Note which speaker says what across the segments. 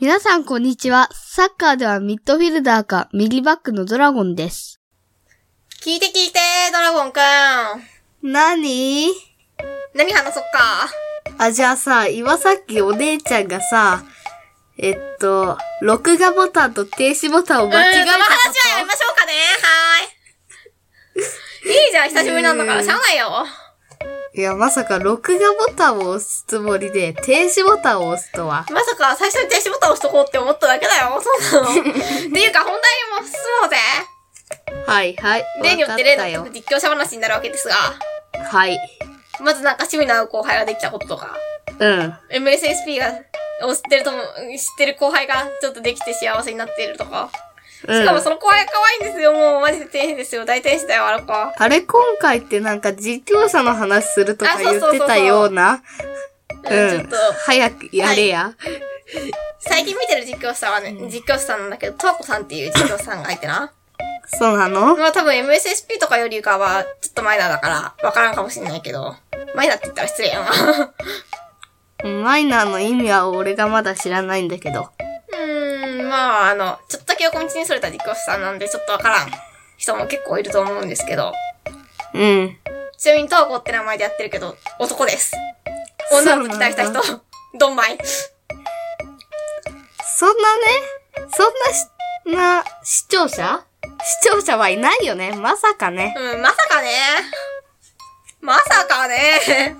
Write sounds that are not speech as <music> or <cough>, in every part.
Speaker 1: 皆さんこんにちは。サッカーではミッドフィルダーか右バックのドラゴンです。
Speaker 2: 聞いて聞いて、ドラゴンくん。
Speaker 3: 何
Speaker 2: 何話そっか。
Speaker 3: あ、じゃあさ、今さっきお姉ちゃんがさ、えっと、録画ボタンと停止ボタンを間違え
Speaker 2: うん
Speaker 3: た
Speaker 2: その話
Speaker 3: こと。
Speaker 2: はやめましょうかね。はーい。いいじゃん、久しぶりなんだから、しゃあないよ。
Speaker 3: いや、まさか録画ボタンを押すつもりで、停止ボタンを押すとは。
Speaker 2: まさか最初に停止ボタン押しとこうって思っただけだ
Speaker 3: <laughs>
Speaker 2: よ。そうなの。っていうか、本題にも進もうぜ。
Speaker 3: はいはい。
Speaker 2: 例によ
Speaker 3: わか
Speaker 2: っ
Speaker 3: ってた
Speaker 2: 例の
Speaker 3: よ。
Speaker 2: 実況者話になるわけですが、
Speaker 3: はい。
Speaker 2: まずなんか趣味の合う後輩ができたこととか、
Speaker 3: うん。
Speaker 2: MSSP が、を知ってるとも、知ってる後輩がちょっとできて幸せになっているとか。
Speaker 3: うん、
Speaker 2: しかもその後輩可愛いんですよ。もうマジで天使ですよ。大天使だよ、あの子。
Speaker 3: あれ今回ってなんか実況者の話するとか
Speaker 2: あそう
Speaker 3: 言
Speaker 2: そうそ
Speaker 3: っ
Speaker 2: うそう
Speaker 3: てたような。
Speaker 2: うんちょっと
Speaker 3: 早くやれや。
Speaker 2: 最近見てる実況さんはね、実況者さんなんだけど、トワコさんっていう実況者さんがいてな。
Speaker 3: そうなの
Speaker 2: まあ多分 MSSP とかよりかは、ちょっとマイナーだから、わからんかもしんないけど、マイナーって言ったら失礼やな。 <laughs> う
Speaker 3: マイナーの意味は俺がまだ知らないんだけど。
Speaker 2: ーん、まああの、ちょっとだけ横道にそれた実況者さんなんで、ちょっとわからん人も結構いると思うんですけど、
Speaker 3: うん。
Speaker 2: ちなみにトワコって名前でやってるけど、男です。女の子期待した人、ドンマイ。
Speaker 3: そんなね、そんなし、な、視聴者視聴者はいないよね。まさかね。
Speaker 2: うん、まさかね。まさかね。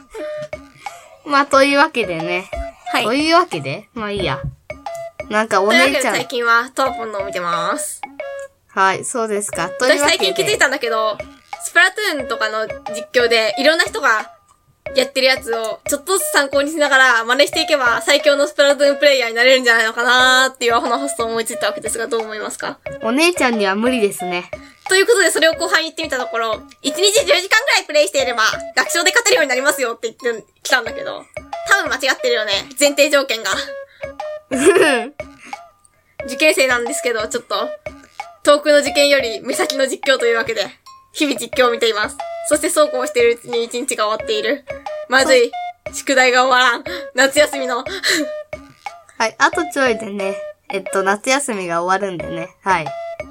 Speaker 3: まあ、というわけでね。
Speaker 2: はい
Speaker 3: というわけでまあいいや。なんかお
Speaker 2: というわけ
Speaker 3: 姉
Speaker 2: で
Speaker 3: ちゃん
Speaker 2: 最。近はトワコのを見てます。
Speaker 3: はい、そうですか。とい
Speaker 2: 私
Speaker 3: うわけ
Speaker 2: 最
Speaker 3: で。
Speaker 2: 近気づいたんだけど、スプラトゥーンとかの実況で、いろんな人がやってるやつを、ちょっとずつ参考にしながら真似していけば、最強のスプラトゥーンプレイヤーになれるんじゃないのかなーっていうアホな発想を思いついたわけですが、どう思いますか
Speaker 3: お姉ちゃんには無理ですね。
Speaker 2: ということで、それを後輩に言ってみたところ、1日10時間ぐらいプレイしていれば、楽勝で勝てるようになりますよって言ってきたんだけど、多分間違ってるよね。前提条件が。受験生なんですけど、ちょっと、遠くの受験より目先の実況というわけで、日々実況を見ています。そしてそうこうしているうちに一日が終わっている。まずい。宿題が終わらん。夏休みの。
Speaker 3: はい、あとちょいでね、えっと、夏休みが終わるんでね。はい。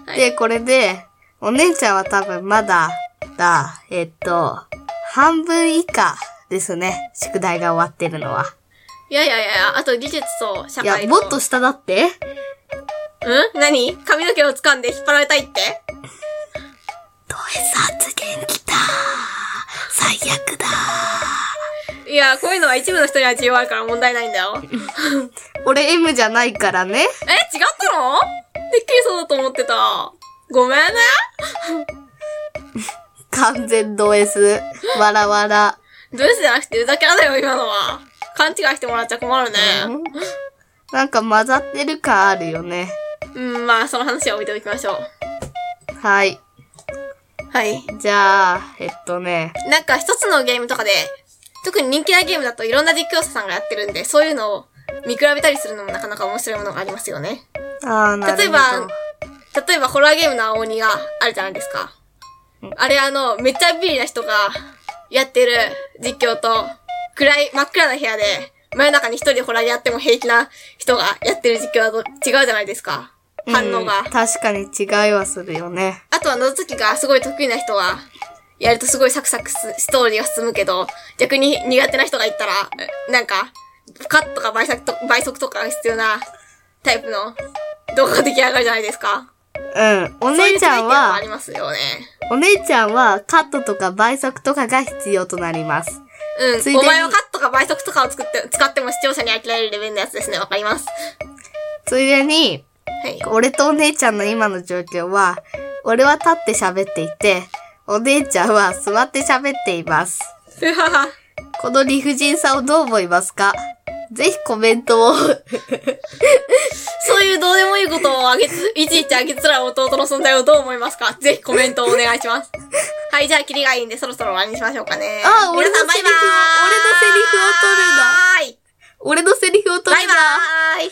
Speaker 2: はい
Speaker 3: で、これで、お姉ちゃんは多分まだ、だ、えっと、半分以下ですね。宿題が終わってるのは。
Speaker 2: いやいやいや、あと技術と社
Speaker 3: いや
Speaker 2: 会、と。
Speaker 3: もっと下だって
Speaker 2: うん何髪の毛を掴んで引っ張られたいって
Speaker 3: ド S 発言きた最悪だ
Speaker 2: いや、こういうのは一部の人には需要あるから問題ないんだよ。え違っ
Speaker 3: 俺 M じゃないからね。
Speaker 2: たのてっきりそうだと思ってた。ごめんね。
Speaker 3: 完全ド S。わらわら。
Speaker 2: ドレスじゃなくてうざキャラだよ、今のは。勘違いしてもらっちゃ困るね。
Speaker 3: なんか混ざってる感あるよね。
Speaker 2: うん、まあ、その話は置いておきましょう。
Speaker 3: はい。
Speaker 2: はい。
Speaker 3: じゃあ、えっとね。
Speaker 2: なんか一つのゲームとかで、特に人気なゲームだといろんな実況者さんがやってるんで、そういうのを見比べたりするのもなかなか面白いものがありますよね。
Speaker 3: あー、なるほど。
Speaker 2: 例えば例えばホラーゲームの青鬼があるじゃないですか。あれあの、めっちゃビリな人がやってる実況と、暗い、真っ暗な部屋で、真夜中に一人でホラーやっても平気な人がやってる実況だと違うじゃないですか。反応が。
Speaker 3: うん確かに違いはするよね。
Speaker 2: あとは謎解きがすごい得意な人は、やるとすごいサクサクすストーリーが進むけど、逆に苦手な人がいったら、えなんか、カットか倍速と倍速とかが必要なタイプの動画が出来上がるじゃないですか。
Speaker 3: うん。お
Speaker 2: おそうい
Speaker 3: 姉
Speaker 2: う
Speaker 3: ちゃん
Speaker 2: 注意点も
Speaker 3: は
Speaker 2: あり、ますよね。
Speaker 3: お姉ちゃんはカットとか倍速とかが必要となります。ついで
Speaker 2: うん。
Speaker 3: に
Speaker 2: お前はカットか倍速とかを作って、使っても視聴者に飽きられるレベルのやつですね。わかります。
Speaker 3: ついでに、
Speaker 2: はい。
Speaker 3: 俺とお姉ちゃんの今の状況は、俺は立って喋っていて、お姉ちゃんは座って喋っています。
Speaker 2: うはは。
Speaker 3: この理不尽さをどう思いますか
Speaker 4: ぜひコメン
Speaker 3: <laughs>
Speaker 4: トを。
Speaker 5: そういうどうでもいいことをあげつ、いちいちあげつらう弟の存在をどう思いますかぜひコメントをお願いします。はい、じゃあ、キリがいいんで、そろそろ終わりにしましょうかね。
Speaker 4: あ俺の
Speaker 5: 皆さんバイバーイ
Speaker 4: セ俺のセリフを取
Speaker 5: バ
Speaker 4: る
Speaker 5: イ
Speaker 4: な
Speaker 5: バーイ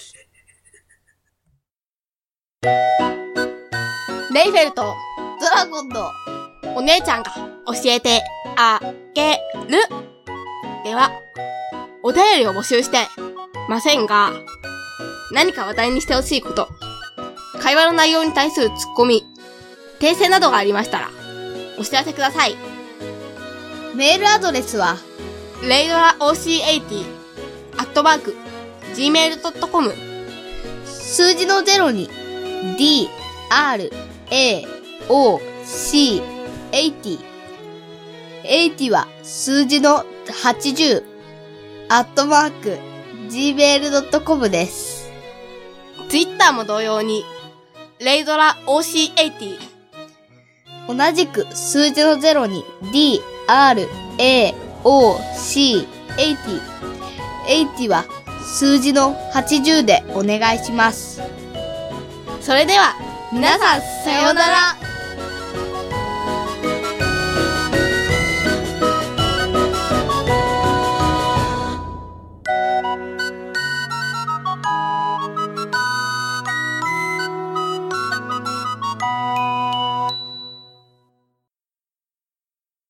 Speaker 2: レイフェルと
Speaker 3: ドラゴンの
Speaker 2: お姉ちゃんが教えてあげる。では、お便りを募集してませんが、何か話題にしてほしいこと、会話の内容に対するツッコミ、訂正などがありましたら、お知らせください。
Speaker 3: メールアドレスは、
Speaker 2: レイドラ OC80、アットマーク、gmail.com、
Speaker 3: 数字の0に d, r, a, o, c, 80。80は数字の80。アットマーク、gmail.com です。
Speaker 2: Twitter も同様に、レイドラ OC80、
Speaker 3: 同じく数字の0に d, r, a, o, c, 80。80は数字の80でお願いします。
Speaker 2: それでは、皆さん、さようなら